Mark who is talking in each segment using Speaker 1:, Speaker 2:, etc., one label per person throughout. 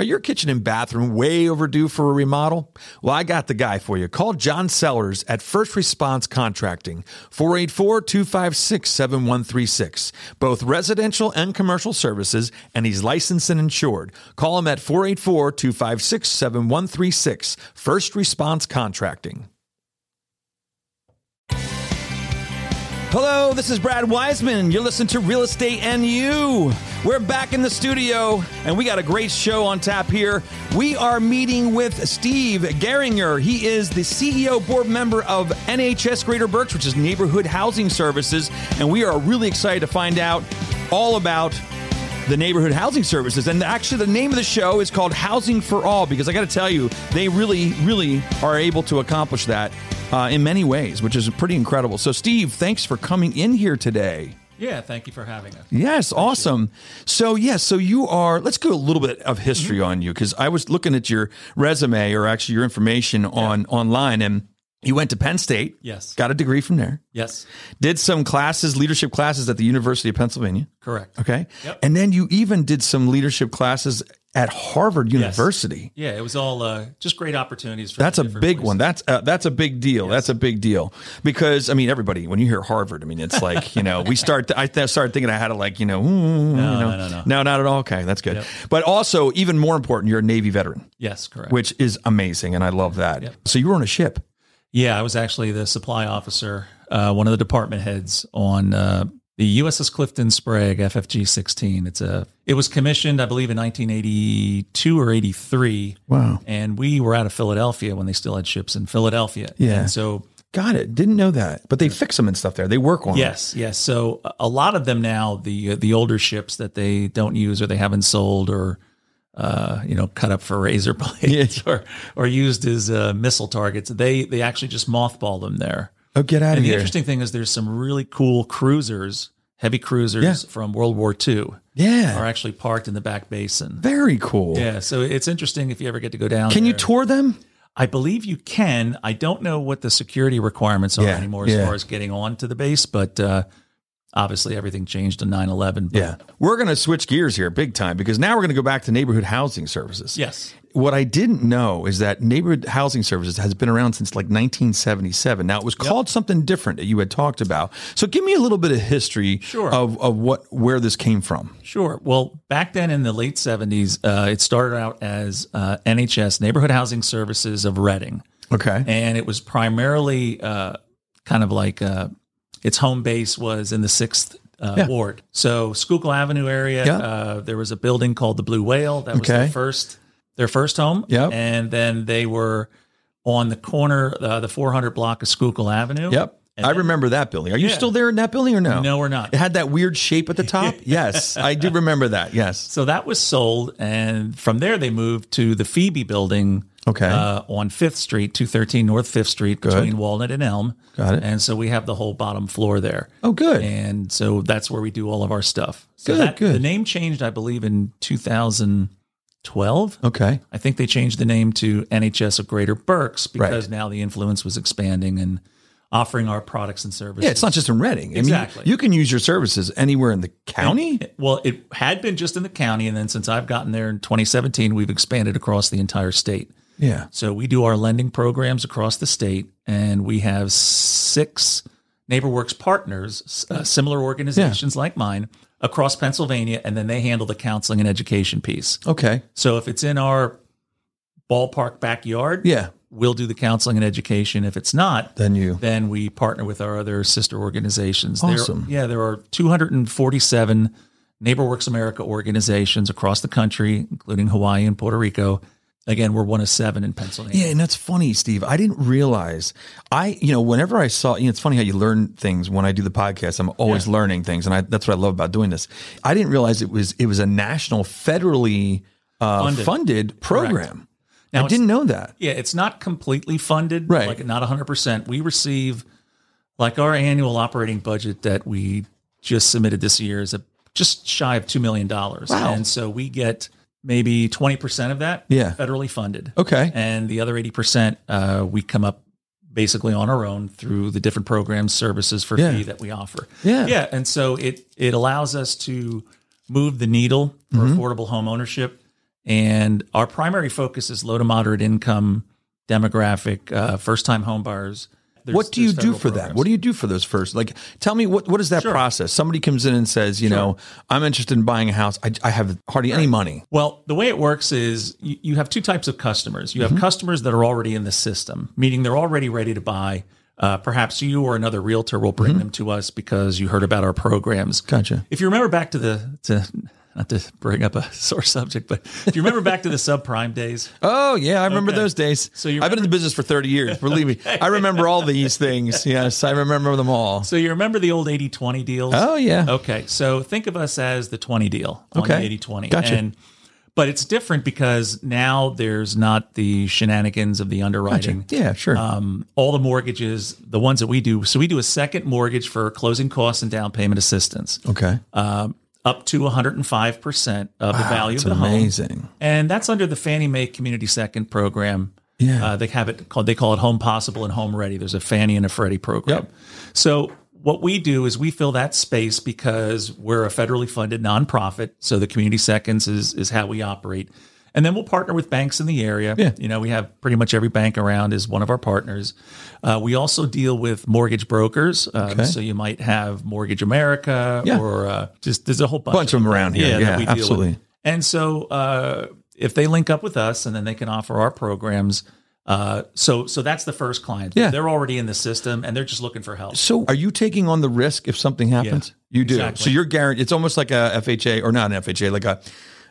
Speaker 1: Are your kitchen and bathroom way overdue for a remodel? Well, I got the guy for you. Call John Sellers at First Response Contracting, 484 256 7136. Both residential and commercial services, and he's licensed and insured. Call him at 484 256 7136. First Response Contracting. Hello, this is Brad Wiseman. You're listening to Real Estate and You. We're back in the studio and we got a great show on tap here. We are meeting with Steve Geringer. He is the CEO board member of NHS Greater Berks, which is Neighborhood Housing Services. And we are really excited to find out all about the neighborhood housing services. And actually, the name of the show is called Housing for All because I got to tell you, they really, really are able to accomplish that uh, in many ways, which is pretty incredible. So, Steve, thanks for coming in here today.
Speaker 2: Yeah, thank you for having us.
Speaker 1: Yes, awesome. So, yes, so you are, let's go a little bit of history on you because I was looking at your resume or actually your information on online and you went to Penn State.
Speaker 2: Yes.
Speaker 1: Got a degree from there.
Speaker 2: Yes,
Speaker 1: Did some classes, leadership classes at the University of Pennsylvania.
Speaker 2: correct.
Speaker 1: Okay.
Speaker 2: Yep.
Speaker 1: And then you even did some leadership classes at Harvard
Speaker 2: Yes.
Speaker 1: University.
Speaker 2: Yeah, it was all uh, just great opportunities. For
Speaker 1: That's a
Speaker 2: different
Speaker 1: big
Speaker 2: places.
Speaker 1: one. That's a, that's a big deal. That's a big deal because I mean everybody when you hear Harvard, I mean it's like you know we start. I th- started thinking I had to like you know, mm, you know.
Speaker 2: no, no, no.
Speaker 1: not at all. Okay, that's good.
Speaker 2: Yep.
Speaker 1: But also even more important, you're a Navy veteran,
Speaker 2: Yes, correct.
Speaker 1: which is amazing, and I love that.
Speaker 2: Yep.
Speaker 1: So you were on a ship.
Speaker 2: yeah, I was actually the supply officer, uh, one of the department heads on uh, the USS Clifton Sprague FFG 16. It's a. It was commissioned, I believe, in 1982 or 83.
Speaker 1: Wow.
Speaker 2: And we were out of Philadelphia when they still had ships in Philadelphia.
Speaker 1: Yeah.
Speaker 2: And so
Speaker 1: Got it. Didn't know that, but they fix them and stuff there. They work on it.
Speaker 2: Yes, yes. So a- a lot of them now, the the older ships that they don't use or they haven't sold or uh, you know cut up for razor blades or or used as uh, missile targets, they they actually just mothball them there.
Speaker 1: Oh, get out of
Speaker 2: And the
Speaker 1: here.
Speaker 2: interesting thing is, there's some really cool cruisers, heavy cruisers
Speaker 1: Yeah.
Speaker 2: from World War II,
Speaker 1: yeah.
Speaker 2: are actually parked in the back basin.
Speaker 1: Very cool.
Speaker 2: Yeah, so it's interesting if you ever get to go down.
Speaker 1: Can you
Speaker 2: there.
Speaker 1: tour them?
Speaker 2: I believe you can. I don't know what the security requirements are
Speaker 1: Yeah,
Speaker 2: anymore as
Speaker 1: yeah.
Speaker 2: far as getting on to the base, but uh, obviously everything changed in 9 11.
Speaker 1: Yeah. We're going to switch gears here big time because now we're going to go back to neighborhood housing services.
Speaker 2: Yes.
Speaker 1: What I didn't know is that neighborhood housing services has been around since like 1977. Now it was called something different that you had talked about. So give me a little bit of history
Speaker 2: Sure.
Speaker 1: of, of what where this came from.
Speaker 2: Sure. Well, back then in the late 70s, uh, it started out as uh, NHS, Neighborhood Housing Services of Reading.
Speaker 1: Okay.
Speaker 2: And it was primarily uh, kind of like uh, its home base was in the sixth uh,
Speaker 1: Yeah.
Speaker 2: ward. So Schuylkill Avenue area,
Speaker 1: Yeah.
Speaker 2: uh, there was a building called the Blue Whale. That was
Speaker 1: Okay.
Speaker 2: their first, their first home.
Speaker 1: Yep.
Speaker 2: And then they were on the corner, uh, the 400 block of Schuylkill Avenue.
Speaker 1: yep.
Speaker 2: And
Speaker 1: I
Speaker 2: then-
Speaker 1: remember that building. Are you
Speaker 2: Yeah.
Speaker 1: still there in that building or no?
Speaker 2: No, we're not.
Speaker 1: It had that weird shape at the top. yes. I do remember that. Yes.
Speaker 2: So that was sold, and from there they moved to the Phoebe Building,
Speaker 1: Okay.
Speaker 2: uh, on Fifth Street, two thirteen North Fifth Street, between Walnut and Elm.
Speaker 1: Got it.
Speaker 2: And so we have the whole bottom floor there.
Speaker 1: Oh, good.
Speaker 2: And so that's where we do all of our stuff. So
Speaker 1: Good,
Speaker 2: that,
Speaker 1: good.
Speaker 2: The name changed, I believe, in two thousand twelve.
Speaker 1: okay.
Speaker 2: I think they changed the name to NHS of Greater Berks because now the influence was expanding and offering our products and services.
Speaker 1: Yeah, it's not just in Reading. I mean,
Speaker 2: Exactly.
Speaker 1: you can use your services anywhere in the county.
Speaker 2: Well, it had been just in the county, and then since I've gotten there in 2017, we've expanded across the entire state.
Speaker 1: Yeah.
Speaker 2: So we do our lending programs across the state, and we have six NeighborWorks partners, uh, similar organizations like mine, across Pennsylvania, and then they handle the counseling and education piece.
Speaker 1: Okay.
Speaker 2: So if it's in our ballpark backyard,
Speaker 1: Yeah.
Speaker 2: we'll do the counseling and education. If it's not,
Speaker 1: Then you.
Speaker 2: then we partner with our other sister organizations.
Speaker 1: Awesome.
Speaker 2: There, yeah, there are 247 NeighborWorks America organizations across the country, including Hawaii and Puerto Rico. Again, we're one of seven in Pennsylvania.
Speaker 1: Yeah, and that's funny, Steve. I didn't realize I, you know, whenever I saw, you know, it's funny how you learn things. When I do the podcast, I'm always learning things, and I, that's what I love about doing this. I didn't realize it was it was a national, federally uh, funded.
Speaker 2: Funded.
Speaker 1: program.
Speaker 2: Now,
Speaker 1: I didn't know that.
Speaker 2: Yeah, it's not completely funded,
Speaker 1: Right.
Speaker 2: Like not 100%. We receive like our annual operating budget that we just submitted this year is a, just shy of $2 million. And so we get maybe 20% of that
Speaker 1: Yeah.
Speaker 2: federally funded.
Speaker 1: Okay,
Speaker 2: and the other 80% uh, we come up basically on our own through the different programs services for
Speaker 1: Yeah.
Speaker 2: fee that we offer
Speaker 1: Yeah.
Speaker 2: yeah
Speaker 1: Mm-hmm.
Speaker 2: and so it it allows us to move the needle for affordable home ownership And our primary focus is low to moderate income demographic, uh, first time homebuyers. There's-
Speaker 1: what do you
Speaker 2: there's
Speaker 1: do
Speaker 2: federal
Speaker 1: for that?
Speaker 2: programs.
Speaker 1: What do you do for those first? Like, tell me what what is that
Speaker 2: Sure.
Speaker 1: process? Somebody comes in and says, you know, I'm interested in buying a house. I, I have hardly any money.
Speaker 2: Well, the way it works is you, you have two types of customers. You
Speaker 1: Mm-hmm.
Speaker 2: have customers that are already in the system, meaning they're already ready to buy. Uh, perhaps you or another realtor will bring them to us because you heard about our programs.
Speaker 1: Mm-hmm. Gotcha.
Speaker 2: If you remember back to the to not to bring up a sore subject, but if you remember back to the subprime days,
Speaker 1: Oh yeah, I remember those days. So
Speaker 2: So you
Speaker 1: I've been in the business for 30 years. Believe me, I remember all these things. Yes, I remember them all.
Speaker 2: so you remember the old 80-20 deals?
Speaker 1: Oh yeah.
Speaker 2: Okay, so think of us as the 20 deal on
Speaker 1: Okay.
Speaker 2: the 80 20.
Speaker 1: Gotcha.
Speaker 2: And, but it's different because now there's not the shenanigans of the underwriting.
Speaker 1: Yeah, sure.
Speaker 2: Um, all the mortgages, the ones that we do. So we do a second mortgage for closing costs and down payment assistance,
Speaker 1: okay.
Speaker 2: um, up to 105% of the value
Speaker 1: It's
Speaker 2: of the home.
Speaker 1: amazing.
Speaker 2: And that's under the Fannie Mae Community Second program.
Speaker 1: Yeah.
Speaker 2: Uh, they have it called, they call it Home Possible and Home Ready. There's a Fannie and a Freddie program.
Speaker 1: Yep.
Speaker 2: So what we do is we fill that space because we're a federally funded nonprofit. So the Community Seconds is, is how we operate. And then we'll partner with banks in the area.
Speaker 1: Yeah.
Speaker 2: You know, we have pretty much every bank around is one of our partners. Uh, we also deal with mortgage brokers. Um, So you might have Mortgage America
Speaker 1: Yeah.
Speaker 2: or uh, just there's a whole bunch,
Speaker 1: Bunch of them around here. Yeah,
Speaker 2: that we deal with.
Speaker 1: absolutely.
Speaker 2: And so uh, if they link up with us and then they can offer our programs, uh, so so that's the first client.
Speaker 1: Yeah.
Speaker 2: They're already in the system and they're just looking for help.
Speaker 1: So are you taking on the risk if something happens? you do.
Speaker 2: exactly.
Speaker 1: So you're guaranteed. It's almost like a FHA or not an FHA, like a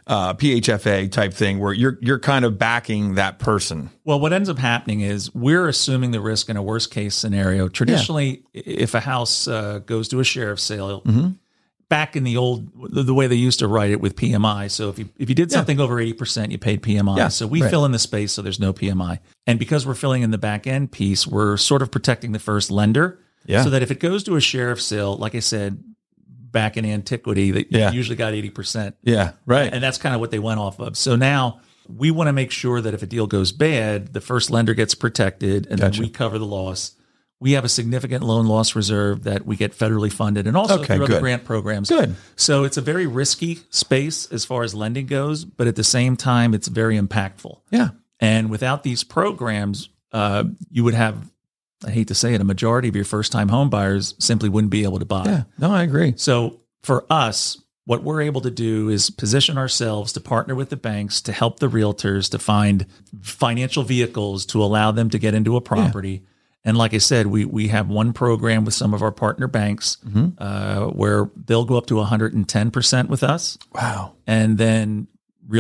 Speaker 1: uh, PHFA type thing where you're you're kind of backing that person.
Speaker 2: Well, what ends up happening is we're assuming the risk in a worst case scenario. Traditionally, i- if a house uh, goes to a sheriff's sale,
Speaker 1: Mm-hmm.
Speaker 2: back in the old the, the way they used to write it with PMI. So if you if you did something over eighty percent, you paid PMI.
Speaker 1: Yeah,
Speaker 2: so we
Speaker 1: right.
Speaker 2: fill in the space so there's no PMI, and because we're filling in the back end piece, we're sort of protecting the first lender.
Speaker 1: Yeah.
Speaker 2: So that if it goes to a sheriff's sale, like I said back in antiquity, that
Speaker 1: Yeah.
Speaker 2: you usually got eighty percent
Speaker 1: Yeah. Right.
Speaker 2: and that's kind of what they went off of. So now we want to make sure that if a deal goes bad, the first lender gets protected and then we cover the loss. We have a significant loan loss reserve that we get federally funded and also
Speaker 1: Okay,
Speaker 2: through other
Speaker 1: good.
Speaker 2: grant programs.
Speaker 1: Good.
Speaker 2: So it's a very risky space as far as lending goes, but at the same time, it's very impactful.
Speaker 1: yeah.
Speaker 2: And without these programs, uh, you would have, I hate to say it, a majority of your first time home buyers simply wouldn't be able to buy.
Speaker 1: Yeah. No, I agree.
Speaker 2: So for us, what we're able to do is position ourselves to partner with the banks to help the realtors to find financial vehicles to allow them to get into a property. And like I said, we we have one program with some of our partner banks uh, where they'll go up to 110 percent with us,
Speaker 1: Wow.
Speaker 2: and then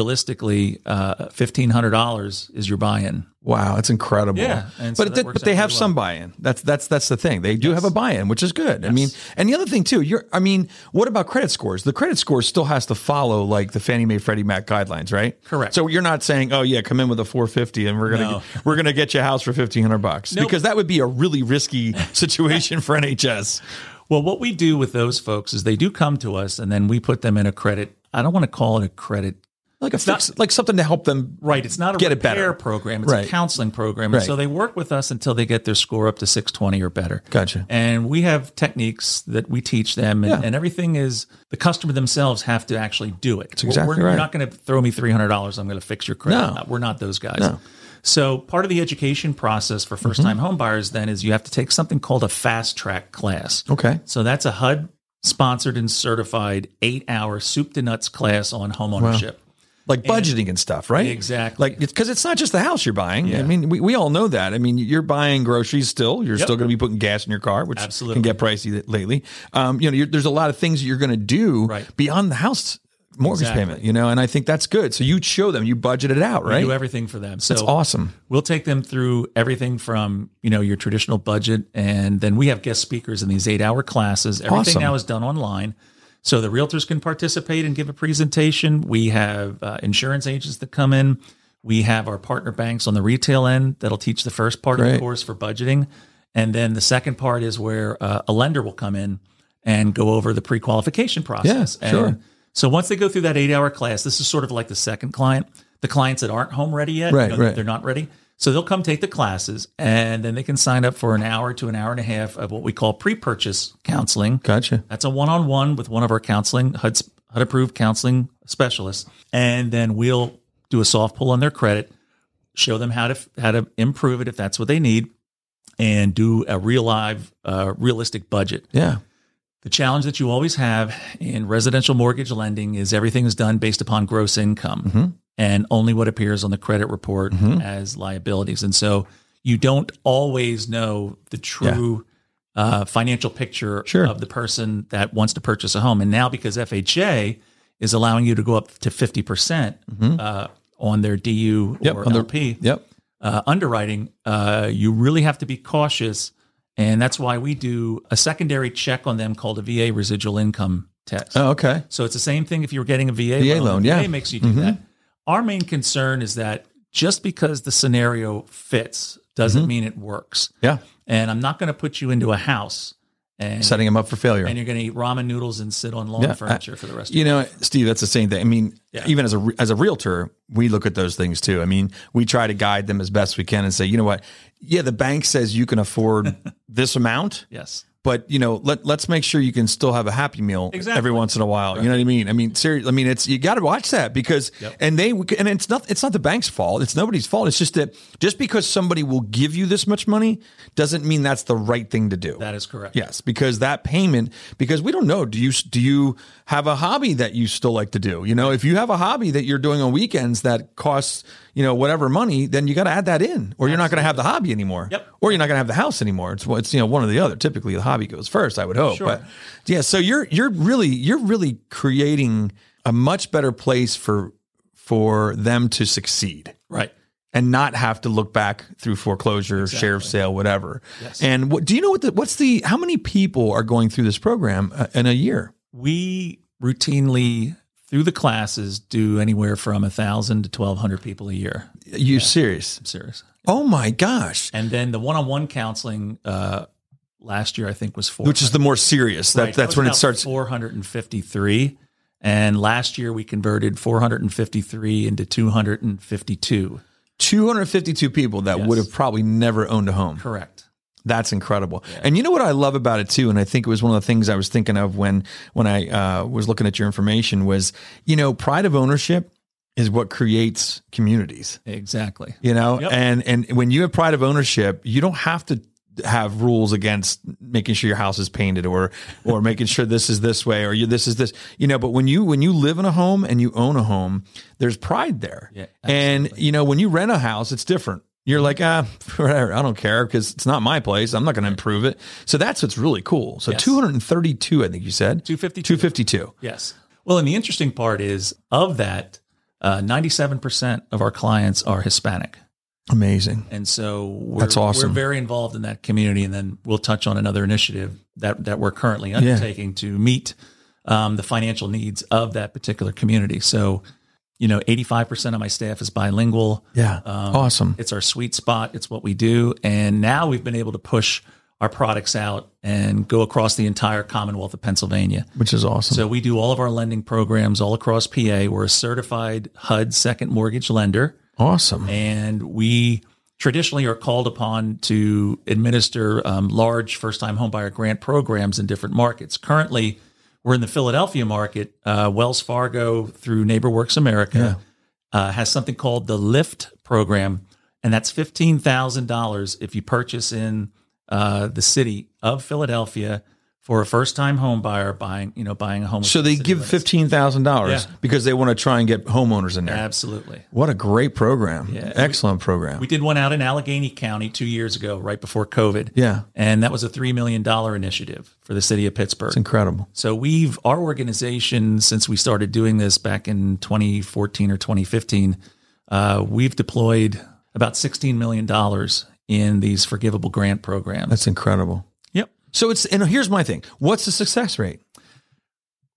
Speaker 2: realistically, uh, fifteen hundred dollars is your buy-in.
Speaker 1: Wow, that's incredible.
Speaker 2: Yeah, and so
Speaker 1: but
Speaker 2: that
Speaker 1: th-
Speaker 2: works
Speaker 1: but they
Speaker 2: out
Speaker 1: have
Speaker 2: pretty well.
Speaker 1: some buy-in. That's that's that's the thing. They do have a buy-in, which is good. I mean, and the other thing too, you're I mean, what about credit scores? The credit score still has to follow like the Fannie Mae Freddie Mac guidelines, right?
Speaker 2: Correct.
Speaker 1: So you're not saying, "Oh yeah, come in with a 450 and we're going to
Speaker 2: No.
Speaker 1: we're going to get you a house for 1500 bucks." Because that would be a really risky situation for NHS.
Speaker 2: Well, what we do with those folks is they do come to us, and then we put them in a credit. I don't want to call it a credit
Speaker 1: Like a fix, like something to help them
Speaker 2: Right. It's not a
Speaker 1: Get it
Speaker 2: repair
Speaker 1: better.
Speaker 2: program. It's
Speaker 1: Right.
Speaker 2: a counseling program. And
Speaker 1: Right.
Speaker 2: So they work with us until they get their score up to 620 or better.
Speaker 1: Gotcha.
Speaker 2: And we have techniques that we teach them, and,
Speaker 1: Yeah.
Speaker 2: and everything is the customer themselves have to actually do it. That's
Speaker 1: exactly
Speaker 2: we're,
Speaker 1: right.
Speaker 2: You're not going to throw me $300. I'm going to fix your credit.
Speaker 1: No. Mm-hmm.
Speaker 2: We're not those guys. So part of the education process for first-time homebuyers then is you have to take something called a fast track class.
Speaker 1: Okay.
Speaker 2: So that's a HUD sponsored and certified eight-hour soup to nuts class on homeownership.
Speaker 1: like budgeting and, stuff, right?
Speaker 2: Exactly.
Speaker 1: Like, because it's not just the house you're buying. I mean, we, we all know that. I mean, you're buying groceries still. You're still going to be putting gas in your car, which
Speaker 2: Absolutely.
Speaker 1: can get pricey lately. Um, you know, you're, there's a lot of things that you're going to do
Speaker 2: Right.
Speaker 1: beyond the house mortgage
Speaker 2: Exactly.
Speaker 1: payment. You know, and I think that's good. So you show them, you budget it out, right?
Speaker 2: do everything for them. So
Speaker 1: That's awesome.
Speaker 2: We'll take them through everything from you know your traditional budget, and then we have guest speakers in these eight-hour classes. Everything
Speaker 1: Awesome.
Speaker 2: now is done online, so the realtors can participate and give a presentation. We have uh, insurance agents that come in. We have our partner banks on the retail end that'll teach the first part of
Speaker 1: Great.
Speaker 2: the course for budgeting, and then the second part is where uh, a lender will come in and go over the pre-qualification process.
Speaker 1: Yeah, sure.
Speaker 2: And so once they go through that eight-hour class, this is sort of like the second client, the clients that aren't home ready yet,
Speaker 1: Right,
Speaker 2: you know,
Speaker 1: right.
Speaker 2: they're not ready. So they'll come take the classes, and then they can sign up for an hour to an hour and a half of what we call pre-purchase counseling.
Speaker 1: Gotcha.
Speaker 2: That's a one-on-one with one of our counseling HUD HUD approved counseling specialists, and then we'll do a soft pull on their credit, show them how to how to improve it if that's what they need, and do a real live, uh, realistic budget.
Speaker 1: Yeah.
Speaker 2: The challenge that you always have in residential mortgage lending is everything is done based upon gross income
Speaker 1: Mm-hmm.
Speaker 2: and only what appears on the credit report as liabilities. And so you don't always know the true uh, financial picture
Speaker 1: Sure.
Speaker 2: of the person that wants to purchase a home. And now, because FHA is allowing you to go up to 50% percent uh, on their DU
Speaker 1: Mm-hmm. Yep,
Speaker 2: or
Speaker 1: on their-
Speaker 2: LP,
Speaker 1: Yep.
Speaker 2: uh, underwriting, uh, you really have to be cautious. And that's why we do a secondary check on them called a VA residual income test.
Speaker 1: Oh, okay.
Speaker 2: So it's the same thing if you're getting a VA,
Speaker 1: VA
Speaker 2: loan.
Speaker 1: loan,
Speaker 2: The
Speaker 1: yeah. Mm-hmm.
Speaker 2: VA makes you do that. Our main concern is that just because the scenario fits doesn't mean it works.
Speaker 1: Mm-hmm. Yeah.
Speaker 2: And I'm not going to put you into a house and,
Speaker 1: Setting them up for failure.
Speaker 2: and you're going to eat ramen noodles and sit on lawn
Speaker 1: Yeah, I-
Speaker 2: furniture for the rest of
Speaker 1: You know, Steve, that's the same thing. I mean,
Speaker 2: Yeah.
Speaker 1: even as a re- as a realtor, we look at those things too. I mean, we try to guide them as best we can and say, you know what? Yeah, the bank says you can afford this amount,
Speaker 2: Yes.
Speaker 1: but you know, let let's make sure you can still have a happy meal
Speaker 2: Exactly.
Speaker 1: every once in a while. You know what I mean? I mean, seriously, I mean, it's you got to watch that because and they and it's not it's not the bank's fault. It's nobody's fault. It's just that just because somebody will give you this much money doesn't mean that's the right thing to do.
Speaker 2: That is correct.
Speaker 1: Yes, because that payment, because we don't know. Do you do you have a hobby that you still like to do? You know, if you have a hobby that you're doing on weekends that costs you know whatever money, then you got to add that in, or you're not going to have the hobby anymore.
Speaker 2: Yep.
Speaker 1: Or you're not going to have the house anymore. It's it's you know one or the other. Typically, the hobby goes first, I would hope.
Speaker 2: Sure.
Speaker 1: But yeah, so you're you're really you're really creating a much better place for for them to succeed
Speaker 2: Right.
Speaker 1: and not have to look back through foreclosure, sheriff's sale, whatever.
Speaker 2: Yes.
Speaker 1: And what do you know what the, what's the how many people are going through this program uh, in a year?
Speaker 2: We routinely through the classes do anywhere from a thousand to twelve hundred people a year.
Speaker 1: You're serious?
Speaker 2: I'm serious.
Speaker 1: Oh my gosh.
Speaker 2: And then the one-on-one counseling uh, last year I think was four,
Speaker 1: Which is the more serious. That, that's
Speaker 2: Oh,
Speaker 1: when it starts.
Speaker 2: Four hundred and fifty-three, and last year we converted four hundred and fifty-three into two hundred and fifty-two.
Speaker 1: 252 people that would have probably never owned a home.
Speaker 2: Correct.
Speaker 1: That's incredible. And you know what I love about it too, and I think it was one of the things I was thinking of when when I uh, was looking at your information was, you know, pride of ownership is what creates communities.
Speaker 2: Exactly.
Speaker 1: you know
Speaker 2: Yep.
Speaker 1: and and when you have pride of ownership you don't have to have rules against making sure your house is painted or or making sure this is this way or you this is this you know but when you when you live in a home and you own a home there's pride there
Speaker 2: Yeah, Mm-hmm.
Speaker 1: and you know when you rent a house it's different you're like ah whatever i don't care because it's not my place i'm not going to improve it so that's what's really cool so 232 i think you said
Speaker 2: 252.
Speaker 1: 252
Speaker 2: Yes. Well, and the interesting part is of that, uh, 97% of our clients are Hispanic.
Speaker 1: amazing
Speaker 2: And so we're,
Speaker 1: That's awesome.
Speaker 2: we're very involved in that community. And then we'll touch on another initiative that, that we're currently undertaking to meet um, the financial needs of that particular community. So, you know, 85% of my staff is bilingual.
Speaker 1: yeah
Speaker 2: Um,
Speaker 1: awesome
Speaker 2: It's our sweet spot. It's what we do. And now we've been able to push our products out and go across the entire Commonwealth of Pennsylvania.
Speaker 1: which is awesome
Speaker 2: So we do all of our lending programs all across PA. We're a certified HUD second mortgage lender,
Speaker 1: awesome
Speaker 2: and we traditionally are called upon to administer um, large first-time homebuyer grant programs in different markets. Currently, we're in the Philadelphia market. Uh, Wells Fargo through NeighborWorks America uh, has something called the Lift program, and that's fifteen thousand dollars if you purchase in uh, the city of Philadelphia. For a first-time home buyer buying, you know, buying a home.
Speaker 1: So they
Speaker 2: within the city
Speaker 1: give
Speaker 2: limits.
Speaker 1: fifteen thousand dollars
Speaker 2: Yeah.
Speaker 1: because they want to try and get homeowners in there.
Speaker 2: Absolutely.
Speaker 1: What a great program! Excellent program.
Speaker 2: We did one out in Allegheny County two years ago, right before COVID.
Speaker 1: Yeah.
Speaker 2: And that was a $3 million initiative for the city of Pittsburgh.
Speaker 1: Incredible.
Speaker 2: So we've, our organization, since we started doing this back in 2014 or 2015, uh, we've deployed about $16 million in these forgivable grant programs.
Speaker 1: That's incredible.
Speaker 2: yep.
Speaker 1: So it's and here's my thing. What's the success rate?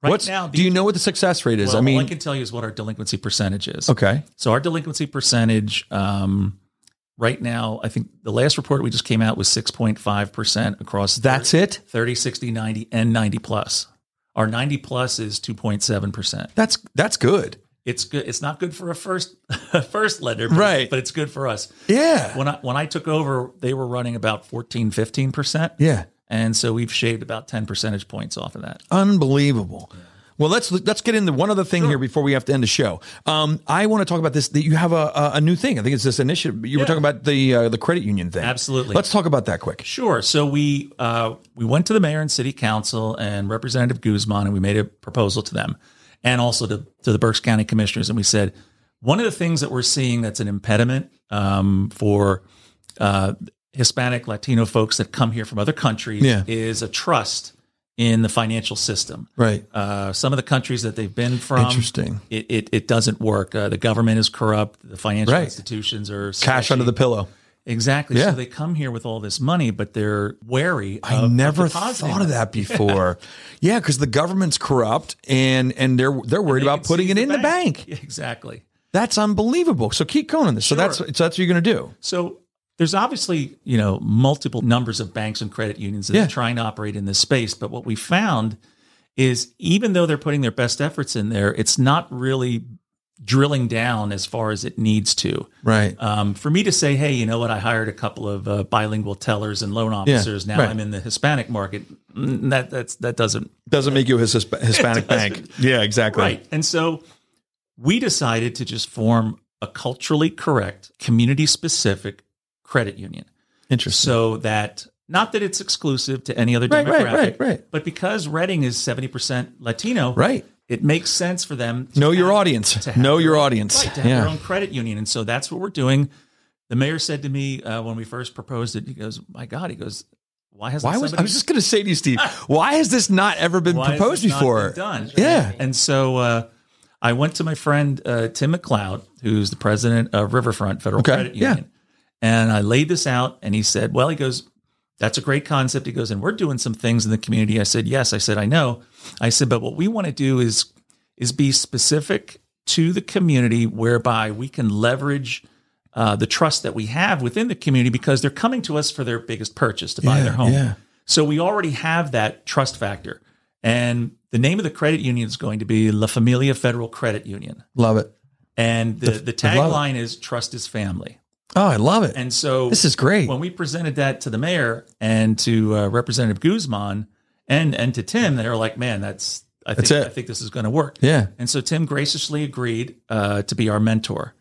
Speaker 2: Right
Speaker 1: What's
Speaker 2: now, the,
Speaker 1: do you know what the success rate is?
Speaker 2: well,
Speaker 1: I mean,
Speaker 2: all I can tell you is what our delinquency percentage is.
Speaker 1: okay,
Speaker 2: So our delinquency percentage um, right now, I think the last report we just came out was 6.5% across
Speaker 1: that's it.
Speaker 2: 30, 60, 90, and 90 plus. Our 90 plus is 2.7%.
Speaker 1: That's that's good.
Speaker 2: It's good. It's not good for a first first lender, but-
Speaker 1: Right.
Speaker 2: But it's good for us.
Speaker 1: Yeah,
Speaker 2: When I when I took over, they were running about 14, 15 percent,
Speaker 1: yeah,
Speaker 2: and so we've shaved about 10 percentage points off of that.
Speaker 1: unbelievable. Well, let's let's get into one other thing here before we have to end the show. Um, I want to talk about this. That you have a, a a new thing. I think it's this initiative. You were
Speaker 2: Yeah.
Speaker 1: talking about the uh, the credit union thing.
Speaker 2: Absolutely.
Speaker 1: Let's talk about that quick.
Speaker 2: Sure. So we uh, we went to the mayor and city council and Representative Guzman, and we made a proposal to them, and also to to the Berks County commissioners, and we said one of the things that we're seeing that's an impediment um, for uh, Hispanic Latino folks that come here from other countries
Speaker 1: Yeah.
Speaker 2: is a trust in the financial system.
Speaker 1: Right.
Speaker 2: Uh, some of the countries that they've been from,
Speaker 1: Interesting.
Speaker 2: It it, it doesn't work. Uh, the government is corrupt. The financial
Speaker 1: Right.
Speaker 2: institutions are
Speaker 1: Cash under
Speaker 2: sketchy.
Speaker 1: the pillow.
Speaker 2: Exactly.
Speaker 1: Yeah.
Speaker 2: So they come here with all this money, but they're wary. Of,
Speaker 1: I
Speaker 2: of
Speaker 1: never
Speaker 2: depositing
Speaker 1: thought of
Speaker 2: it.
Speaker 1: that before. yeah, because the government's corrupt and and they're they're worried
Speaker 2: They
Speaker 1: about
Speaker 2: can
Speaker 1: putting
Speaker 2: seize
Speaker 1: it in the bank.
Speaker 2: Yeah, Exactly.
Speaker 1: That's unbelievable. So keep going on this. So that's so
Speaker 2: Sure.
Speaker 1: that's what you're gonna do.
Speaker 2: So there's obviously you know multiple numbers of banks and credit unions that
Speaker 1: Yeah.
Speaker 2: are trying to operate in this space, but what we found is even though they're putting their best efforts in there, it's not really drilling down as far as it needs to.
Speaker 1: Right.
Speaker 2: Um, for me to say, hey, you know what? I hired a couple of uh, bilingual tellers and loan officers. now
Speaker 1: right.
Speaker 2: I'm in the Hispanic market. Mm, That that's that doesn't
Speaker 1: Doesn't make you a Hispa- Hispanic bank. Yeah, exactly.
Speaker 2: Right. And so we decided to just form a culturally correct, community specific credit union
Speaker 1: Interesting.
Speaker 2: so that not that it's exclusive to any other
Speaker 1: Right,
Speaker 2: demographic,
Speaker 1: right, right, right.
Speaker 2: but because Reading is 70% Latino,
Speaker 1: Right.
Speaker 2: it makes sense for them to
Speaker 1: Know your
Speaker 2: have-
Speaker 1: audience.
Speaker 2: to have
Speaker 1: Know your
Speaker 2: their own-
Speaker 1: audience.
Speaker 2: Right, to have their
Speaker 1: Yeah.
Speaker 2: own credit union. And so that's what we're doing. The mayor said to me uh, when we first proposed it, he goes, My God, he goes, Why hasn't
Speaker 1: Why was I
Speaker 2: somebody-
Speaker 1: was just gonna say to you, Steve? Why has this not ever been
Speaker 2: why has
Speaker 1: proposed
Speaker 2: this not
Speaker 1: before?
Speaker 2: been done.
Speaker 1: Yeah.
Speaker 2: And so uh, I went to my friend uh, Tim McLeod, who's the president of Riverfront Federal
Speaker 1: Okay,
Speaker 2: Credit
Speaker 1: yeah.
Speaker 2: Union. And I laid this out, and he said, Well, he goes, that's a great concept. He goes, and we're doing some things in the community. I said, yes. I said, I know. I said, but what we want to do is is be specific to the community, whereby we can leverage uh, the trust that we have within the community because they're coming to us for their biggest purchase to buy
Speaker 1: Yeah,
Speaker 2: their home.
Speaker 1: yeah.
Speaker 2: So we already have that trust factor. And the name of the credit union is going to be La Familia Federal Credit Union.
Speaker 1: Love it.
Speaker 2: And the, the
Speaker 1: I love it.
Speaker 2: tagline is trust is family.
Speaker 1: Oh, I love it.
Speaker 2: And so
Speaker 1: This is great.
Speaker 2: When we presented that to the mayor and to uh, Representative Guzman and and to Tim, they were like, "Man, that's I think
Speaker 1: That's it.
Speaker 2: I think this is going to work."
Speaker 1: yeah.
Speaker 2: And so Tim graciously agreed uh, to be our mentor.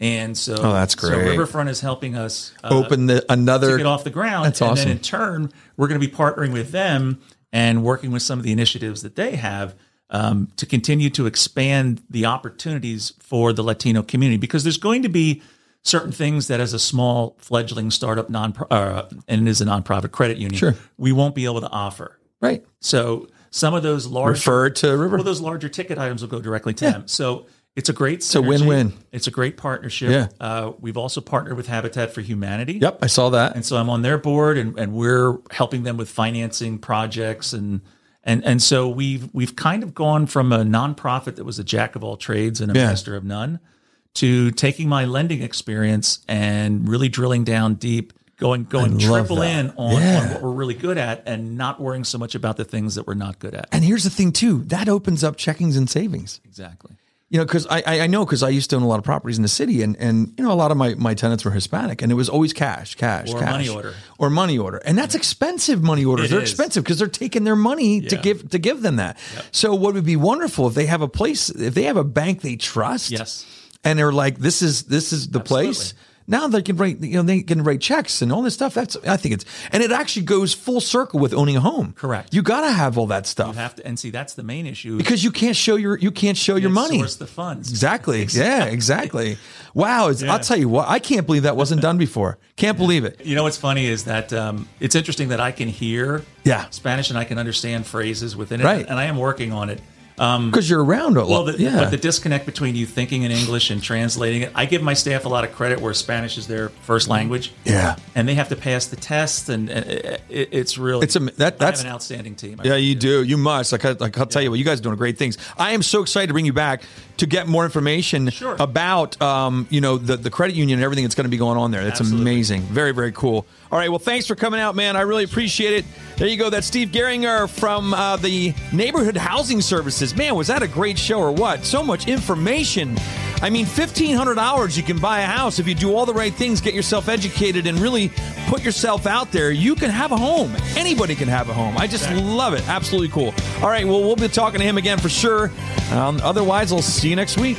Speaker 2: And so,
Speaker 1: Oh, that's
Speaker 2: so
Speaker 1: great.
Speaker 2: Riverfront is helping us uh,
Speaker 1: Open the
Speaker 2: to
Speaker 1: another
Speaker 2: get off the ground.
Speaker 1: That's
Speaker 2: and
Speaker 1: awesome.
Speaker 2: then in turn, we're going to be partnering with them and working with some of the initiatives that they have um, to continue to expand the opportunities for the Latino community because there's going to be certain things that as a small fledgling startup non uh, and it is a nonprofit credit union
Speaker 1: Sure.
Speaker 2: we won't be able to offer
Speaker 1: right.
Speaker 2: so some of those large
Speaker 1: Refer to River.
Speaker 2: well, those larger ticket items will go directly to them. So it's a great it's
Speaker 1: a win-win.
Speaker 2: It's a great partnership.
Speaker 1: Yeah.
Speaker 2: Uh, we've also partnered with Habitat for Humanity.
Speaker 1: Yep, I saw that.
Speaker 2: And so I'm on their board and, and we're helping them with financing projects and and and so we've we've kind of gone from a nonprofit that was a jack of all trades and a
Speaker 1: Yeah.
Speaker 2: master of none to taking my lending experience and really drilling down deep, going going
Speaker 1: love
Speaker 2: triple
Speaker 1: that.
Speaker 2: in on,
Speaker 1: Yeah.
Speaker 2: on what we're really good at and not worrying so much about the things that we're not good at.
Speaker 1: And here's the thing too, that opens up checkings and savings.
Speaker 2: Exactly.
Speaker 1: You know, because I, I I know because I used to own a lot of properties in the city, and and you know a lot of my my tenants were Hispanic, and it was always cash, cash,
Speaker 2: Or
Speaker 1: cash,
Speaker 2: money order.
Speaker 1: or money order, and that's expensive. Money orders
Speaker 2: It
Speaker 1: they're
Speaker 2: is.
Speaker 1: expensive because they're taking their money to
Speaker 2: Yeah.
Speaker 1: give to give them that. So what would be wonderful if they have a place, if they have a bank they trust,
Speaker 2: Yes.
Speaker 1: and they're like this is this is the place.
Speaker 2: Absolutely.
Speaker 1: Now they can write, you know, they can write checks and all this stuff. That's I think it's and it actually goes full circle with owning a home.
Speaker 2: Correct.
Speaker 1: You got to have all that stuff
Speaker 2: have to and see that's the main issue
Speaker 1: because you can't show your you can't show your
Speaker 2: It's
Speaker 1: money.
Speaker 2: source the funds
Speaker 1: Exactly. Yeah, exactly. Wow. It's, I'll tell you what, I can't believe that wasn't done before. Can't believe it.
Speaker 2: you know what's funny is that um, it's interesting that i can hear
Speaker 1: Yeah.
Speaker 2: spanish and i can understand phrases within it
Speaker 1: Right.
Speaker 2: and i am working on it
Speaker 1: Because you're around a lot.
Speaker 2: Mm. well the,
Speaker 1: yeah.
Speaker 2: but the disconnect between you thinking in english and translating it i give my staff a lot of credit where spanish is their first language
Speaker 1: Mm-hmm. Yeah.
Speaker 2: and they have to pass the test and, and it, it's really
Speaker 1: It's a- that-
Speaker 2: I have
Speaker 1: that's-
Speaker 2: an outstanding team
Speaker 1: yeah, you do. You must. Like, I, like I'll tell you what, you guys are doing great things. I am so excited to bring you back to get more information
Speaker 2: Sure.
Speaker 1: about, um, you know, the, the credit union and everything that's going to be going on there. That's
Speaker 2: Absolutely.
Speaker 1: amazing. Very, very cool. All right. Well, thanks for coming out, man. I really appreciate it. There you go. That's Steve Geringer from uh, the Neighborhood Housing Services. Man, was that a great show or what? So much information. I mean, 1,500 hours, you can buy a house. If you do all the right things, get yourself educated, and really put yourself out there, you can have a home. Anybody can have a home. I just love it. Absolutely cool. All right, well, we'll be talking to him again for sure. Um, otherwise, I'll see you next week.